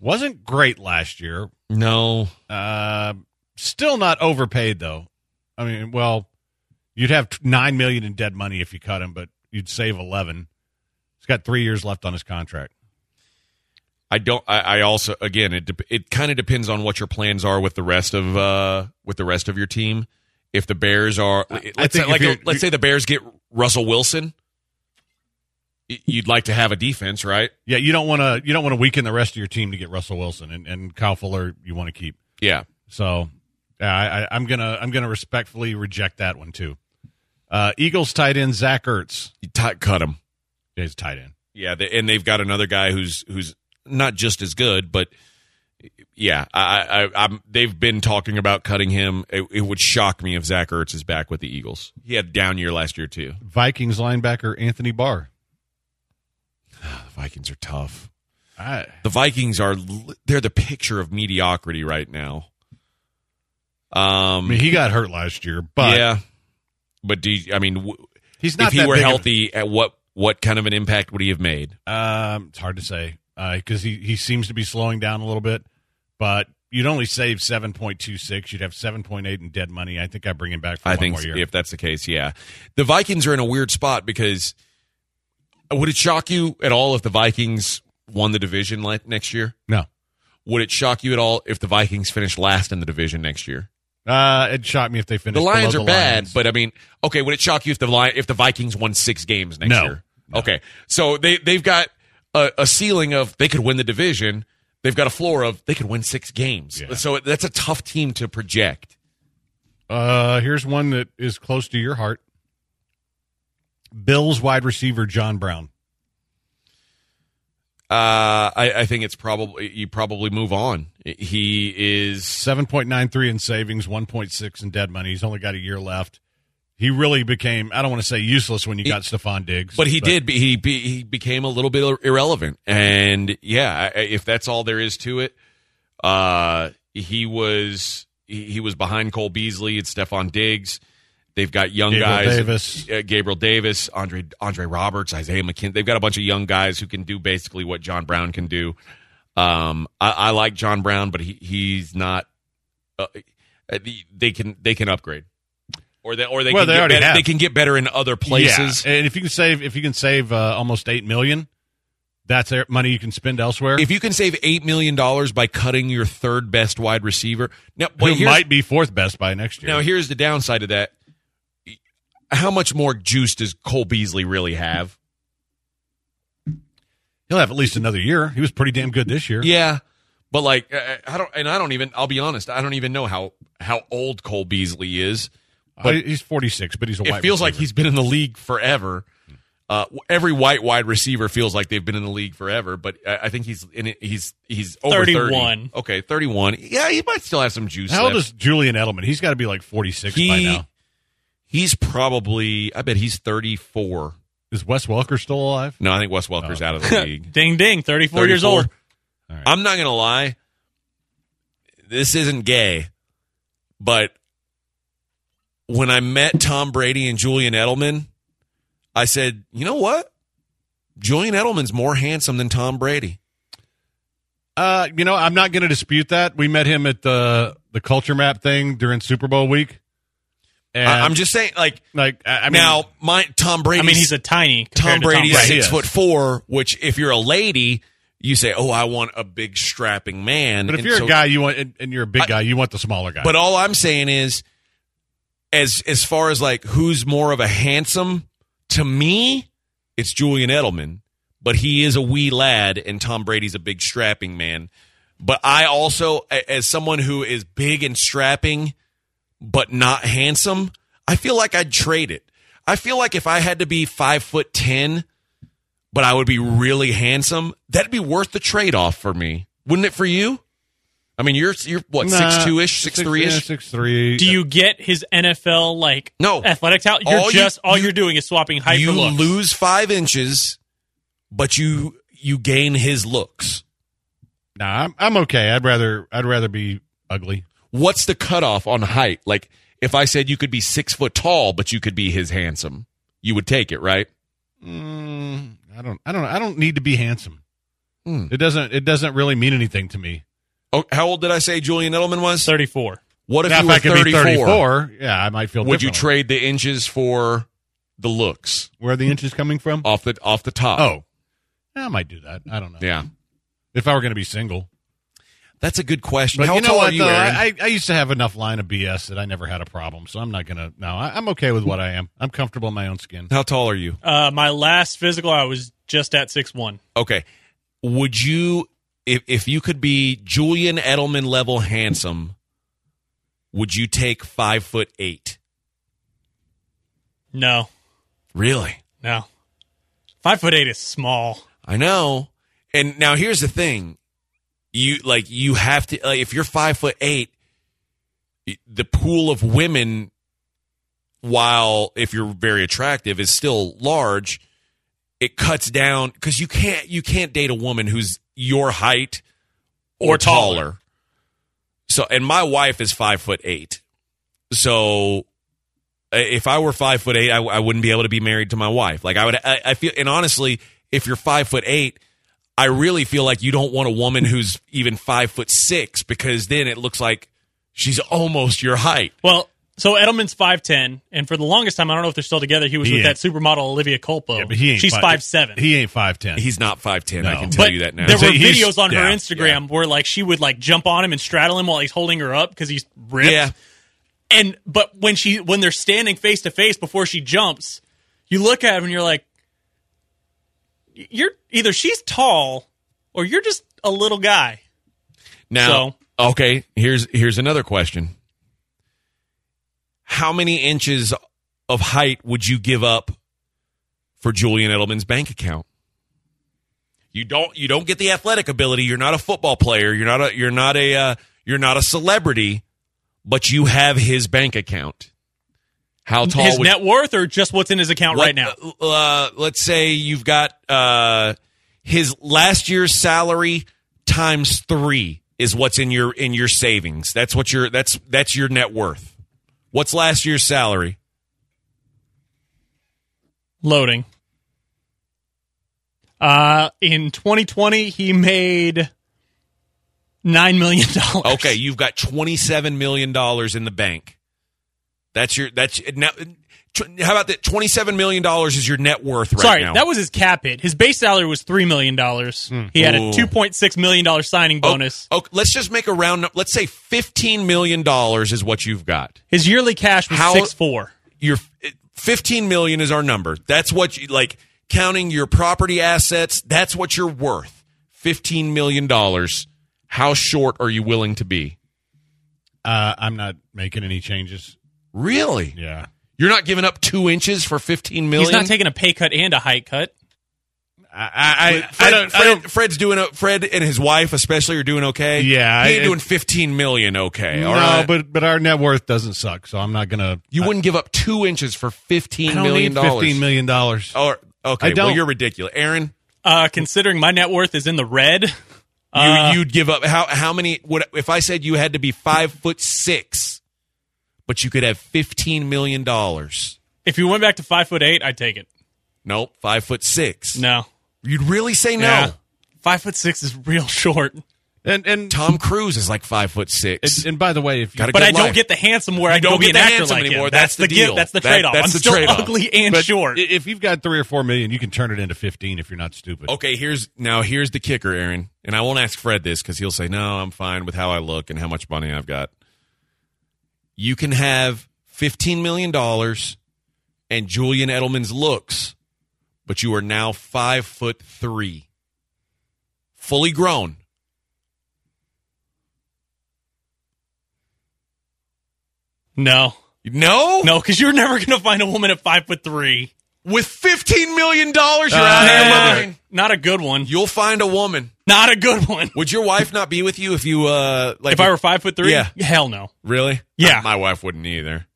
D: Wasn't great last year.
E: no,
D: Uh, still not overpaid, though. I mean, well, you'd have t- $9 million in dead money if you cut him, but you'd save 11 He's got three years left on his contract.
E: I don't. I, I also again, it dep it kind of depends on what your plans are with the rest of uh with the rest of your team. If the Bears are, let's
D: think
E: say,
D: if
E: like, uh,
D: you're-
E: let's say the Bears get Russell Wilson, y- you'd like to have a defense, right?
D: Yeah, you don't want to you don't want to weaken the rest of your team to get Russell Wilson and, and Kyle Fuller you want to keep.
E: Yeah,
D: So yeah, I, I, I'm gonna I'm gonna respectfully reject that one too. Uh, Eagles tight end Zach Ertz
E: you t- cut him.
D: is tight end.
E: Yeah, they, and they've got another guy who's who's not just as good, but yeah, I, I, I'm. They've been talking about cutting him. It, it would shock me if Zach Ertz is back with the Eagles. He had a down year last year too.
D: Vikings linebacker Anthony Barr.
E: The Vikings are tough.
D: I,
E: The Vikings are li- they're the picture of mediocrity right now.
D: I
E: Um,
D: mean, he got hurt last year, but
E: yeah, but do you, I mean w-
D: he's not.
E: if he
D: that
E: were
D: big of-
E: healthy, at what what kind of an impact would he have made?
D: Um, it's hard to say because he he seems to be slowing down a little bit, but you'd only save seven point two six. You'd have seven point eight in dead money. I think I bring him back for
E: I
D: one
E: think
D: more year.
E: if that's the case, yeah. The Vikings are in a weird spot because uh, would it shock you at all if the Vikings won the division le- next year?
D: no,
E: Would it shock you at all if the Vikings finished last in the division next year?
D: uh, it shocked me if they
E: The
D: finished.
E: Lions are
D: below the
E: bad,
D: Lions.
E: but I mean, okay, would it shock you if the Lion, if the Vikings won six games next
D: No.
E: year? Okay, so they they've got a, a ceiling of they could win the division. They've got a floor of they could win six games.
D: Yeah.
E: So that's a tough team to project.
D: Uh, here's one that is close to your heart. Bills wide receiver John Brown.
E: Uh, I, I think it's probably you probably move on. He is
D: 7.93 in savings, 1.6 in dead money. He's only got a year left. He really became, I don't want to say useless when you got Stephon Diggs.
E: but he did be, he be, he became a little bit irrelevant. And yeah, I- if that's all there is to it, uh he was he, he was behind Cole Beasley and Stephon Diggs. They've got young
D: Gabriel
E: guys
D: Davis.
E: uh, Gabriel Davis, Andre Andre Roberts, Isaiah McKin. They've got a bunch of young guys who can do basically what John Brown can do. Um, I, I like John Brown, but he, he's not. Uh, uh, the- they can they can upgrade, or they or they
D: Well,
E: can
D: they
E: get
D: already
E: better,
D: have.
E: they can get better in other places.
D: Yeah. And if you can save, if you can save uh, almost 8 million, that's air- money you can spend elsewhere.
E: If you can save eight million dollars by cutting your third best wide receiver, now
D: who
E: well, here's-
D: might be fourth best by next year.
E: now here's the downside of that. How much more juice does Cole Beasley really have?
D: He'll have at least another year. He was pretty damn good this year.
E: Yeah, but like I I don't, and I don't even. I'll be honest. I don't even know how how old Cole Beasley is.
D: But he's 46, but he's a
E: It
D: wide
E: feels like
D: receiver.
E: he's been in the league forever. Uh, every white wide receiver feels like they've been in the league forever, but I, I think he's in it, he's he's over 30.
F: 31.
E: Okay, thirty-one. Yeah, he might still have some juice.
D: How old
E: left.
D: is Julian Edelman? He's got to be like 46 by
E: He-
D: now.
E: He's probably. I bet he's thirty-four.
D: Is Wes Welker still alive?
E: No, I think Wes Welker's out of the league.
F: Ding ding, 34 Oh. years
E: 34.
F: old.
E: I'm not gonna lie. This isn't gay, but when I met Tom Brady and Julian Edelman, I said, you know what? Julian Edelman's more handsome than Tom Brady.
D: Uh, you know, I'm not going to dispute that. We met him at the the culture map thing during Super Bowl week. And
E: I, am just saying, like
D: like, I, I mean,
E: now, my Tom Brady.
F: I mean, he's a tiny
E: Tom
F: compared to
E: Brady's
D: Brady.
E: six
D: He is.
E: foot four. Which, if you're a lady, you say, "Oh, I want a big strapping man."
D: but if
E: And
D: you're
E: so-
D: a guy, you want and, and you're a big
E: I-
D: guy, you want the smaller guy.
E: But all I'm saying is, as as far as like who's more of a handsome, to me, it's Julian Edelman. But he is a wee lad, and Tom Brady's a big strapping man. But I also, a- as someone who is big and strapping, but not handsome, I feel like I'd trade it. I feel like if I had to be five foot ten, but I would be really handsome, that'd be worth the trade off for me, wouldn't it? For you, I mean, you're you're what
D: Nah,
E: six two ish, six three ish.
D: six three.
F: Do you get his NFL like
E: No.
F: athletic talent? You're
E: All you-
F: just all
E: you-
F: you're doing is swapping height
E: you
F: for looks.
E: lose five inches, but you you gain his looks.
D: Nah, I'm, I'm okay. I'd rather I'd rather be ugly.
E: What's the cutoff on height? Like if I said you could be six foot tall, but you could be his handsome, you would take it, right?
D: Mm, I don't I don't I don't need to be handsome.
E: Hmm.
D: It doesn't it doesn't really mean anything to me.
E: Oh, how old did I say Julian Edelman was?
F: 34.
E: What if
D: Now,
E: you
D: if
E: were
D: I could be
E: 34?
D: 34, yeah, I might feel.
E: Would you
D: differently.
E: trade the inches for the looks
D: Where are the inches coming from?
E: off the off the top?
D: Oh, yeah, I might do that. I don't know.
E: yeah,
D: If I were going to be single.
E: that's a good question.
D: But
E: how
D: you know
E: tall
D: what,
E: are you,
D: though?
E: Aaron?
D: I, I used to have enough line of BS that I never had a problem, so I'm not going to. No, I, I'm okay with what I am. I'm comfortable in my own skin.
E: how tall are you?
F: Uh, my last physical, I was just at six one.
E: Okay. Would you if if you could be Julian Edelman level handsome, would you take five foot eight?
F: No,
E: Really?
F: no. Five foot eight is small.
E: I know. And now here's the thing. You like you have to like if you're five foot eight, the pool of women while if you're very attractive is still large it cuts down because you can't you can't date a woman who's your height or,
F: Or taller.
E: taller. So, and my wife is five foot eight. So, i- if I were five foot eight, I, I wouldn't be able to be married to my wife. Like I would, I, I feel, and honestly, if you're five foot eight, I really feel like you don't want a woman who's even five foot six because then it looks like she's almost your height.
F: Well, so Edelman's five ten, and for the longest time, I don't know if they're still together. He was
D: He
F: with
D: ain't-
F: that supermodel Olivia Colpo.
D: Yeah, but he ain't
F: She's five seven.
D: He ain't five ten.
E: He's not five ten. I
D: No.
E: can tell
F: but
E: you that now.
F: there
D: So
F: were
D: he's-
F: videos on her
D: yeah,
F: Instagram where like she would like jump on him and straddle him while he's holding her up because he's ripped.
E: Yeah.
F: And but when she when they're standing face to face before she jumps, you look at him and you're like, you're either she's tall or you're just a little guy.
E: Now, okay, here's here's another question. How many inches of height would you give up for Julian Edelman's bank account? You don't you don't get the athletic ability. You're not a football player. You're not a you're not a uh, you're not a celebrity, but you have his bank account. How tall
F: his
E: would
F: net worth or just what's in his account
E: what-
F: right now?
E: Uh, let's say you've got uh, his last year's salary times three is what's in your in your savings. That's what your that's that's your net worth. What's last year's salary?
F: Loading. Uh, in 2020, he made nine million dollars.
E: Okay, you've got twenty seven million dollars in the bank. That's your that's now. tw- How about that? Twenty seven million dollars is your net worth right
F: Sorry,
E: now.
F: that was his cap hit. His base salary was three million dollars. He had
E: Ooh.
F: a two point six million dollar signing
E: Oh,
F: bonus.
E: Okay, let's just make a round. num- Let's say fifteen million dollars is what you've got.
F: His yearly cash was
E: How-
F: six four.
E: your 15 million is our number. That's what you like counting your property assets. That's what you're worth. 15 million dollars. How short are you willing to be?
D: Uh, I'm not making any changes.
E: Really?
D: Yeah.
E: You're not giving up two inches for 15 million?
F: He's not taking a pay cut and a height cut.
D: I I, I, I
E: Fred,
D: don't.
E: Fred,
D: I don't
E: Fred's doing. o- Fred and his wife, especially, are doing okay.
D: Yeah,
E: he
D: I-
E: ain't doing fifteen million. Okay, all
D: no,
E: right.
D: but but our net worth doesn't suck, so I'm not gonna.
E: you wouldn't give up two inches for fifteen
D: I don't
E: million Oh.
D: need fifteen million dollars.
E: dollars. Or okay,
D: I don't.
E: well, you're ridiculous, Aaron.
F: Uh, considering my net worth is in the red,
E: You,
F: Uh,
E: you'd give up how how many? Would if I said you had to be five foot six, but you could have fifteen million dollars?
F: if you went back to five foot eight, I'd take it.
E: Nope, five foot six.
F: No,
E: you'd really say no.
F: Yeah. five foot six is real short.
D: And and
E: Tom Cruise is like five foot six.
D: and, and by the way, if you,
E: Gotta
F: But
E: Good
F: I don't
E: life.
F: get the handsome where I
E: don't
F: go be
E: get
F: an
E: the
F: actor
E: handsome
F: like
E: anymore.
F: him.
E: That's the
F: the gift.
E: deal.
F: That's the
E: That-
F: trade off.
E: that's
F: I'm
E: the
F: still
E: trade-off.
F: ugly and
D: but
F: short.
D: i- if you've got three or four million, you can turn it into fifteen if you're not stupid.
E: okay, here's now here's the kicker, Aaron, and I won't ask Fred this because he'll say no. I'm fine with how I look and how much money I've got. You can have fifteen million dollars and Julian Edelman's looks, but you are now five foot three, fully grown.
F: no,
E: No,
F: no, because you're never gonna find a woman at five foot three.
E: With fifteen million dollars, you're
D: Uh,
E: out of your
D: yeah.
E: mind.
F: Not a good one.
E: You'll find a woman.
F: Not a good one.
E: Would your wife not be with you if you uh like
F: If I were five foot three,
E: Yeah.
F: hell no.
E: really?
F: Yeah.
E: my wife wouldn't either.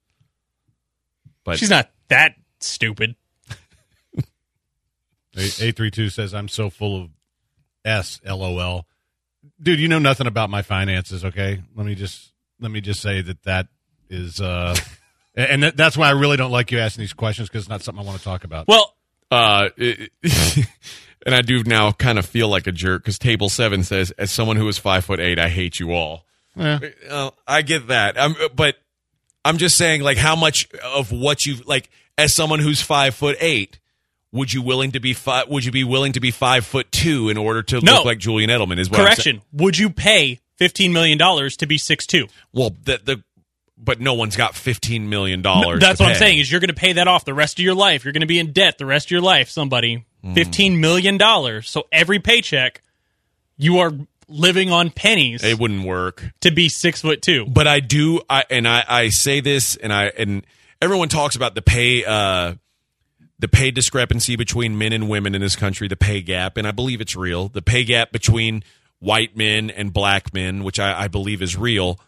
E: But
F: She's not that stupid.
D: Eight three two says I'm so full of s lol. Dude, you know nothing about my finances. Okay, let me just let me just say that that is, uh, and that, that's why I really don't like you asking these questions because it's not something I want to talk about.
F: Well,
E: uh, it- and I do now kind of feel like a jerk because Table Seven says, as someone who is five foot eight, I hate you all.
D: Yeah.
E: Uh, I get that, I'm, but I'm just saying, like, how much of what you like as someone who's five foot eight. Would you willing to be five? Would you be willing to be five foot two in order to
F: No.
E: look like Julian Edelman? Is what I'm saying.
F: correction. Would you pay fifteen million dollars to be six two?
E: Well, the, the but no one's got fifteen million dollars.
F: That's
E: to
F: what I'm
E: pay.
F: saying. Is you're going to pay that off the rest of your life. You're going to be in debt the rest of your life. Somebody
E: Hmm.
F: fifteen million dollars. So every paycheck, you are living on pennies
E: It wouldn't work.
F: to be six foot two.
E: but I do I and I, I say this and I and everyone talks about the pay uh the pay discrepancy between men and women in this country, the pay gap, and I believe it's real. The pay gap between white men and black men, which I, I believe is real.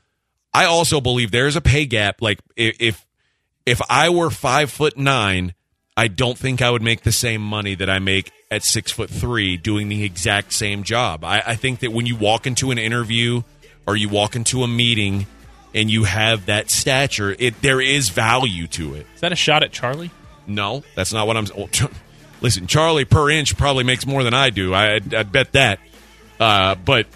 E: I also believe there is a pay gap. Like i- if if I were five foot nine, I don't think I would make the same money that I make at six foot three doing the exact same job. I, I think that when you walk into an interview or you walk into a meeting and you have that stature, it there is value to it.
F: Is that a shot at Charlie?
E: No, that's not what I'm. Well, Ch- listen, Charlie per inch probably makes more than I do. I I bet that. Uh, but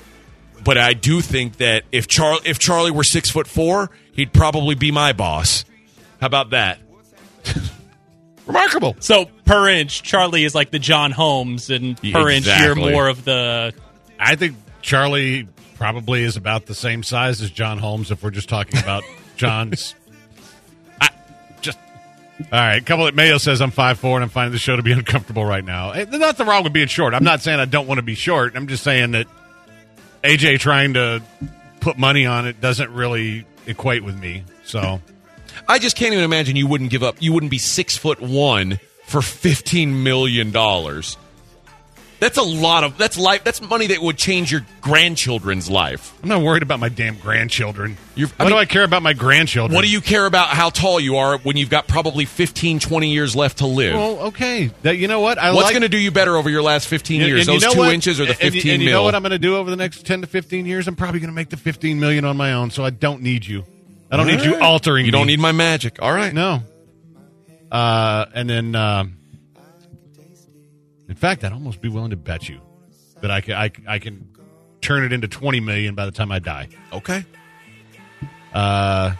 E: but I do think that if Charlie if Charlie were six foot four, he'd probably be my boss. How about that? Remarkable.
F: So per inch, Charlie is like the John Holmes, and
E: Yeah,
F: per inch,
E: exactly.
F: you're more of the.
D: I think Charlie probably is about the same size as John Holmes if we're just talking about John's. I- just all right. Couple that Mayo says I'm five four and I'm finding the show to be uncomfortable right now. Eh, There's nothing wrong with being short. I'm not saying I don't want to be short. I'm just saying that AJ trying to put money on it doesn't really equate with me. So
E: I just can't even imagine you wouldn't give up. You wouldn't be six foot one for fifteen million dollars. That's a lot of that's life. That's money that would change your grandchildren's life.
D: I'm not worried about my damn grandchildren.
E: You're- I
D: what do
E: mean-
D: I care about my grandchildren?
E: What do you care about how tall you are when you've got probably 15, 20 years left to live?
D: Well, okay. That, you know what? I
E: What's
D: like-
E: going to do you better over your last 15 years?
D: And you
E: Those
D: know
E: two
D: what?
E: inches or the
D: And- and
E: 15
D: you, and you
E: mil?
D: know what I'm going to do over the next 10 to 15 years? I'm probably going to make the 15 million on my own, so I don't need you. I don't need you
E: All right.
D: altering.
E: You don't
D: me.
E: need my magic. All right.
D: no. Uh, and then, um, in fact, I'd almost be willing to bet you that I can I, I can turn it into 20 million by the time I die.
E: Okay.
D: Uh,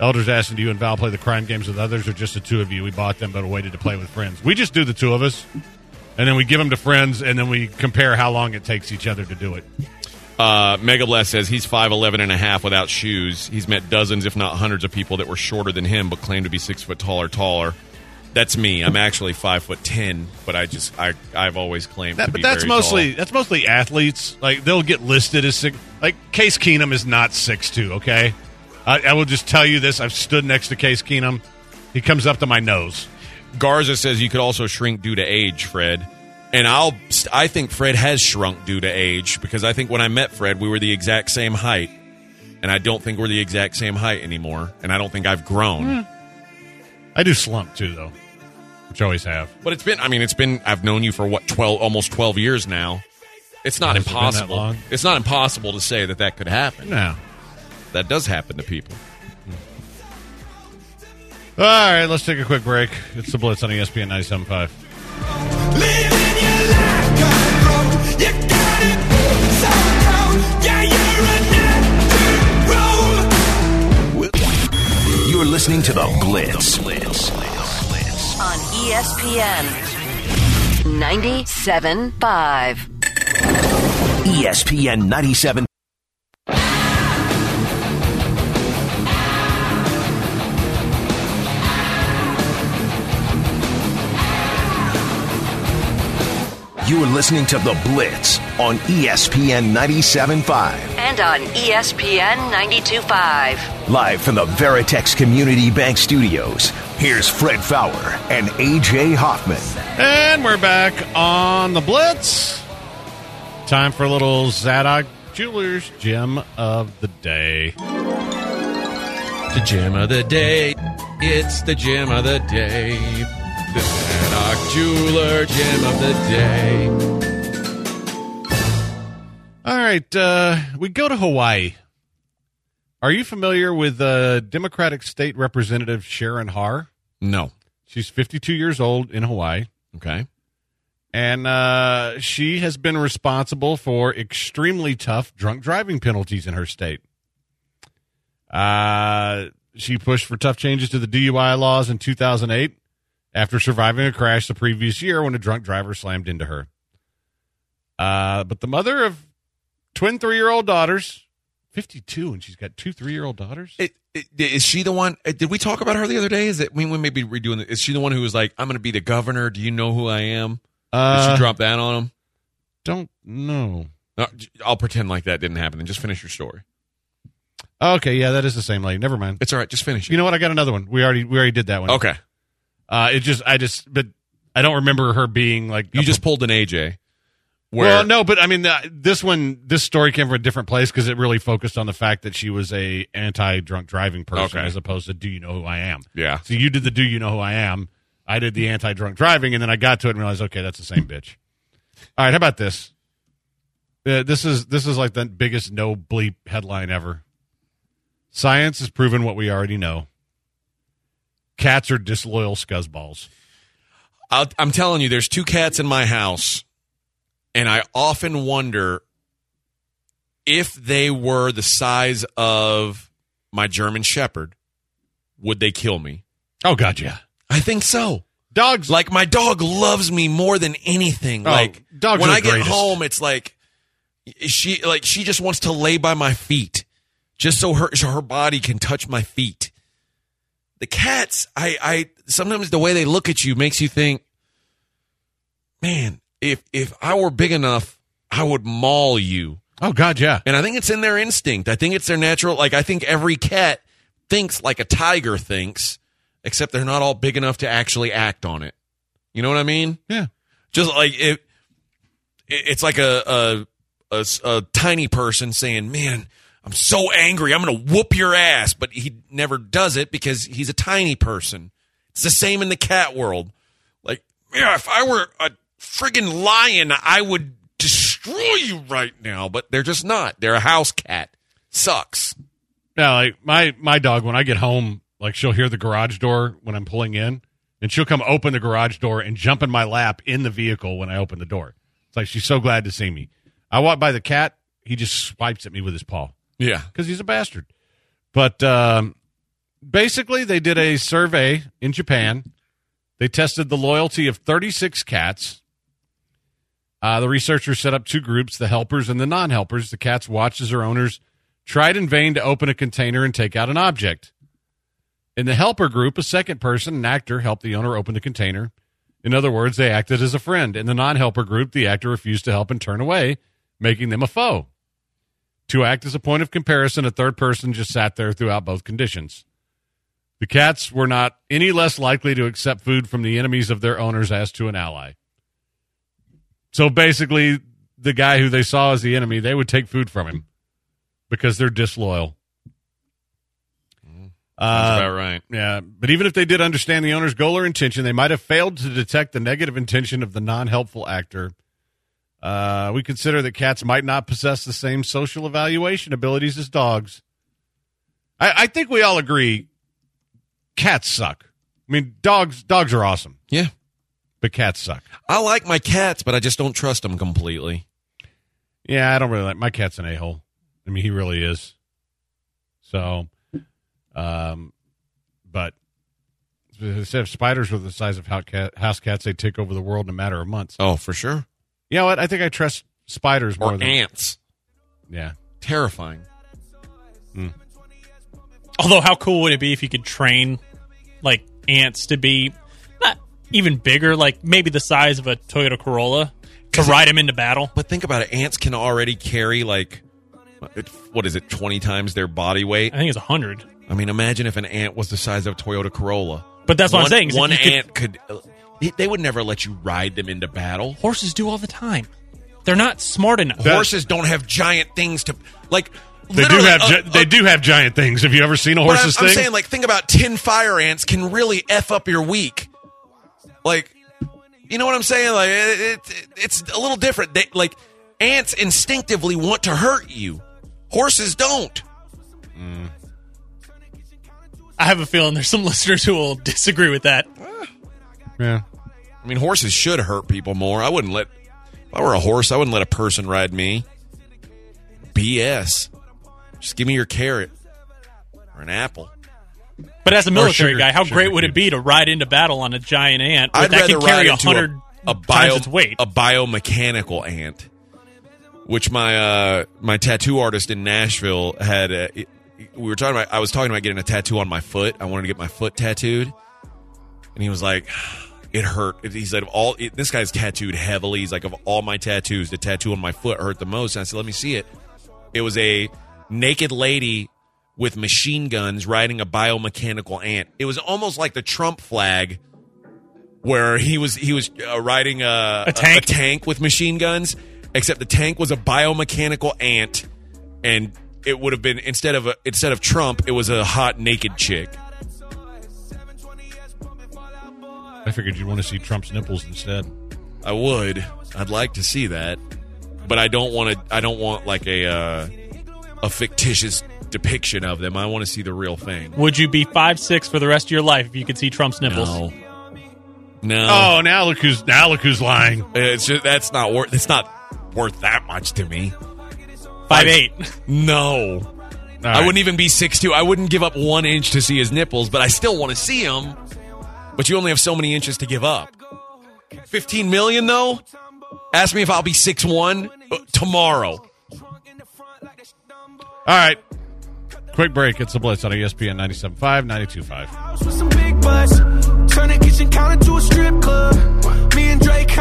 D: Elders asking, do you and Val play the crime games with others or just the two of you? We bought them but waited to play with friends. We just do the two of us, and then we give them to friends, and then we compare how long it takes each other to do it.
E: Uh, Mega Bless says he's 5'11 and a half without shoes. He's met dozens, if not hundreds, of people that were shorter than him but claimed to be six foot tall or taller. That's me. I'm actually five foot ten, but I just I I've always claimed. to
D: That, but
E: be
D: that's
E: very tall.
D: mostly that's mostly athletes. Like they'll get listed as six. Like Case Keenum is not six two. Okay, I, I will just tell you this. I've stood next to Case Keenum. He comes up to my nose.
E: Garza says you could also shrink due to age, Fred. And I'll I think Fred has shrunk due to age because I think when I met Fred, we were the exact same height. And I don't think we're the exact same height anymore. And I don't think I've grown.
D: I do slump too, though, which I always have.
E: But it's been I mean, it's been I've known you for what 12 almost 12 years now. It's not
D: Has it been that
E: impossible.
D: long?
E: It's not impossible to say that that could happen.
D: No.
E: That does happen to people.
D: All right, let's take a quick break. It's the Blitz on E ESPN 97.5.
A: Living your life on You got it somehow. Yeah, you're a natural.
B: You're listening to The Blitz.
C: on E ESPN 97.5.
B: E ESPN 97. You're listening to The Blitz on E ESPN 97.5,
C: And on E ESPN 92.5.
B: live from the Veritex Community Bank Studios. Here's Fred Fowler and AJ Hoffman.
D: And we're back on the Blitz. Time for a little Zadok Jewelers Gem of the Day.
E: The gem of the day. It's the gem of the day. The Sanok Jeweler gem of the day.
D: All right, uh, we go to Hawaii. Are you familiar with uh, Democratic State Representative Sharon Har?
E: No.
D: She's 52 years old in Hawaii.
E: Okay.
D: And uh, she has been responsible for extremely tough drunk driving penalties in her state. Uh, she pushed for tough changes to the DUI laws in 2008 after surviving a crash the previous year when a drunk driver slammed into her. Uh, but the mother of twin three year old daughters, 52, and she's got two three year old daughters.
E: It, it, is she the one? uh, Did we talk about her the other day? Is it? I mean, we may be redoing. It. Is she the one who was like, "I'm going to be the governor"? Do you know who I am? Did
D: Uh,
E: she drop that on him?
D: don't know.
E: No, j- I'll pretend like that didn't happen and just finish your story.
D: Okay, yeah, that is the same lady. Never mind.
E: It's all right. Just finish it.
D: You know what? I got another one. We already we already did that one.
E: okay.
D: Uh, it just, I just, but I don't remember her being like.
E: You just pulled an AJ. Where?
D: well, no, but I mean, uh, this one, this story came from a different place because it really focused on the fact that she was a anti drunk driving person
E: Okay.
D: as opposed to do you know who I am.
E: Yeah.
D: So you did the do you know who I am, I did the anti drunk driving, and then I got to it and realized, okay, that's the same bitch. All right, how about this? Uh, this is this is like the biggest no bleep headline ever. Science has proven what we already know. Cats are disloyal scuzzballs.
E: I'll, I'm telling you, there's two cats in my house, and I often wonder if they were the size of my German Shepherd, would they kill me?
D: Oh God, yeah.
E: I think so.
D: Dogs
E: Like my dog loves me more than anything.
D: Oh,
E: like
D: dogs
E: when
D: are the
E: I get
D: greatest.
E: home, it's like she like she just wants to lay by my feet, just so her so her body can touch my feet. The cats, I I sometimes the way they look at you makes you think, man, if if I were big enough, I would maul you.
D: Oh God, yeah.
E: And I think it's in their instinct. I think it's their natural. Like I think every cat thinks like a tiger thinks, except they're not all big enough to actually act on it. You know what I mean?
D: Yeah.
E: Just like it, it- it's like a a- a s- a tiny person saying, "Man, I'm so angry. I'm gonna whoop your ass," but he never does it because he's a tiny person. It's the same in the cat world. Like, yeah, if I were a friggin' lion, I would destroy you right now. But they're just not. They're a house cat. Sucks.
D: Yeah, like my my dog when I get home, like she'll hear the garage door when I'm pulling in, and she'll come open the garage door and jump in my lap in the vehicle when I open the door. It's like she's so glad to see me. I walk by the cat, he just swipes at me with his paw
E: Yeah.
D: because he's a bastard. But um, basically, they did a survey in Japan. They tested the loyalty of 36 cats. Uh, the researchers set up two groups the helpers and the non helpers. The cats watched as their owners tried in vain to open a container and take out an object. In the helper group, a second person, an actor, helped the owner open the container. In other words, they acted as a friend. In the non helper group, the actor refused to help and turned away, making them a foe. To act as a point of comparison, a third person just sat there throughout both conditions. The cats were not any less likely to accept food from the enemies of their owners as to an ally. So basically, the guy who they saw as the enemy, they would take food from him because they're disloyal. Uh,
E: about right.
D: yeah, but even if they did understand the owner's goal or intention, they might have failed to detect the negative intention of the non-helpful actor. Uh, we consider that cats might not possess the same social evaluation abilities as dogs. I, I think we all agree, cats suck. I mean, dogs dogs are awesome,
E: Yeah.
D: but cats suck.
E: I like my cats, but I just don't trust them completely.
D: Yeah, I don't really like my cat's an a hole. I mean, he really is. So, um, but instead of spiders were the size of hou- cat- house cats, they take over the world in a matter of months.
E: Oh, for sure.
D: You know what? I think I trust spiders more
E: Or
D: than
E: ants.
D: yeah.
E: Terrifying.
F: Although, how cool would it be if you could train like ants to be not even bigger, like maybe the size of a Toyota Corolla, to ride them into battle?
E: But think about it. Ants can already carry like it- what is it, twenty times their body weight.
F: I think it's a hundred.
E: I mean, imagine if an ant was the size of a Toyota Corolla.
F: But that's what
E: one,
F: I'm saying. is if
E: One
F: you could-
E: ant could. uh, they- they would never let you ride them into battle.
F: horses do all the time. They're not smart enough.
E: Horses don't have giant things to like.
D: They do
E: literally,
D: have
E: uh,
D: gi- they
E: uh,
D: do have giant things. Have you ever seen a
E: but I'm,
D: horse's
E: I'm
D: thing?
E: saying, like, think about tin fire ants can really f up your week. Like, you know what I'm saying? Like, it, it, it's a little different. They like ants instinctively want to hurt you. Horses don't.
F: I have a feeling there's some listeners who will disagree with that.
D: yeah.
E: I mean, horses should hurt people more. I wouldn't let. If I were a horse, I wouldn't let a person ride me. BS. Just give me your carrot or an apple.
F: But as a military
D: sugar-
F: guy, how
D: sugar
F: great would it
D: cubes.
F: be to ride into battle on a giant ant
E: I'd
F: that
E: rather
F: can carry
E: ride
F: a
E: into
F: hundred
E: a, a
F: times
E: bio
F: its weight?
E: a biomechanical ant, which my uh, my tattoo artist in Nashville had. Uh, it- we were talking about. I was talking about getting a tattoo on my foot. I wanted to get my foot tattooed, and he was like, "It hurt." He said, "Of "All it, this guy's tattooed heavily. He's like, of all my tattoos, the tattoo on my foot hurt the most." And I said, "Let me see it." It was a naked lady with machine guns riding a biomechanical ant. It was almost like the Trump flag, where he was he was uh, riding a,
F: A tank?
E: with machine guns, except the tank was a biomechanical ant, and it would have been instead of a, instead of Trump, it was a hot naked chick.
D: I figured you'd want to see Trump's nipples instead.
E: I would. I'd like to see that, but I don't want to. I don't want like a uh, a fictitious depiction of them. I want to see the real thing.
F: Would you be five six for the rest of your life if you could see Trump's nipples?
E: No. No. Uh,
D: Oh, now look who's now look who's lying.
E: It's just, that's not worth. It's not worth that much to me.
F: Five eight.
E: No.
D: All
E: I
D: right.
E: wouldn't even be six two. I wouldn't give up one inch to see his nipples, but I still want to see him. But you only have so many inches to give up. Fifteen million though. Ask me if I'll be six one uh, tomorrow. e-
D: All right. Quick break. It's the Blitz on E ESPN 97.5, 92.5.
A: House with some big butts. Turn a kitchen counter to a strip club. Me and Drake.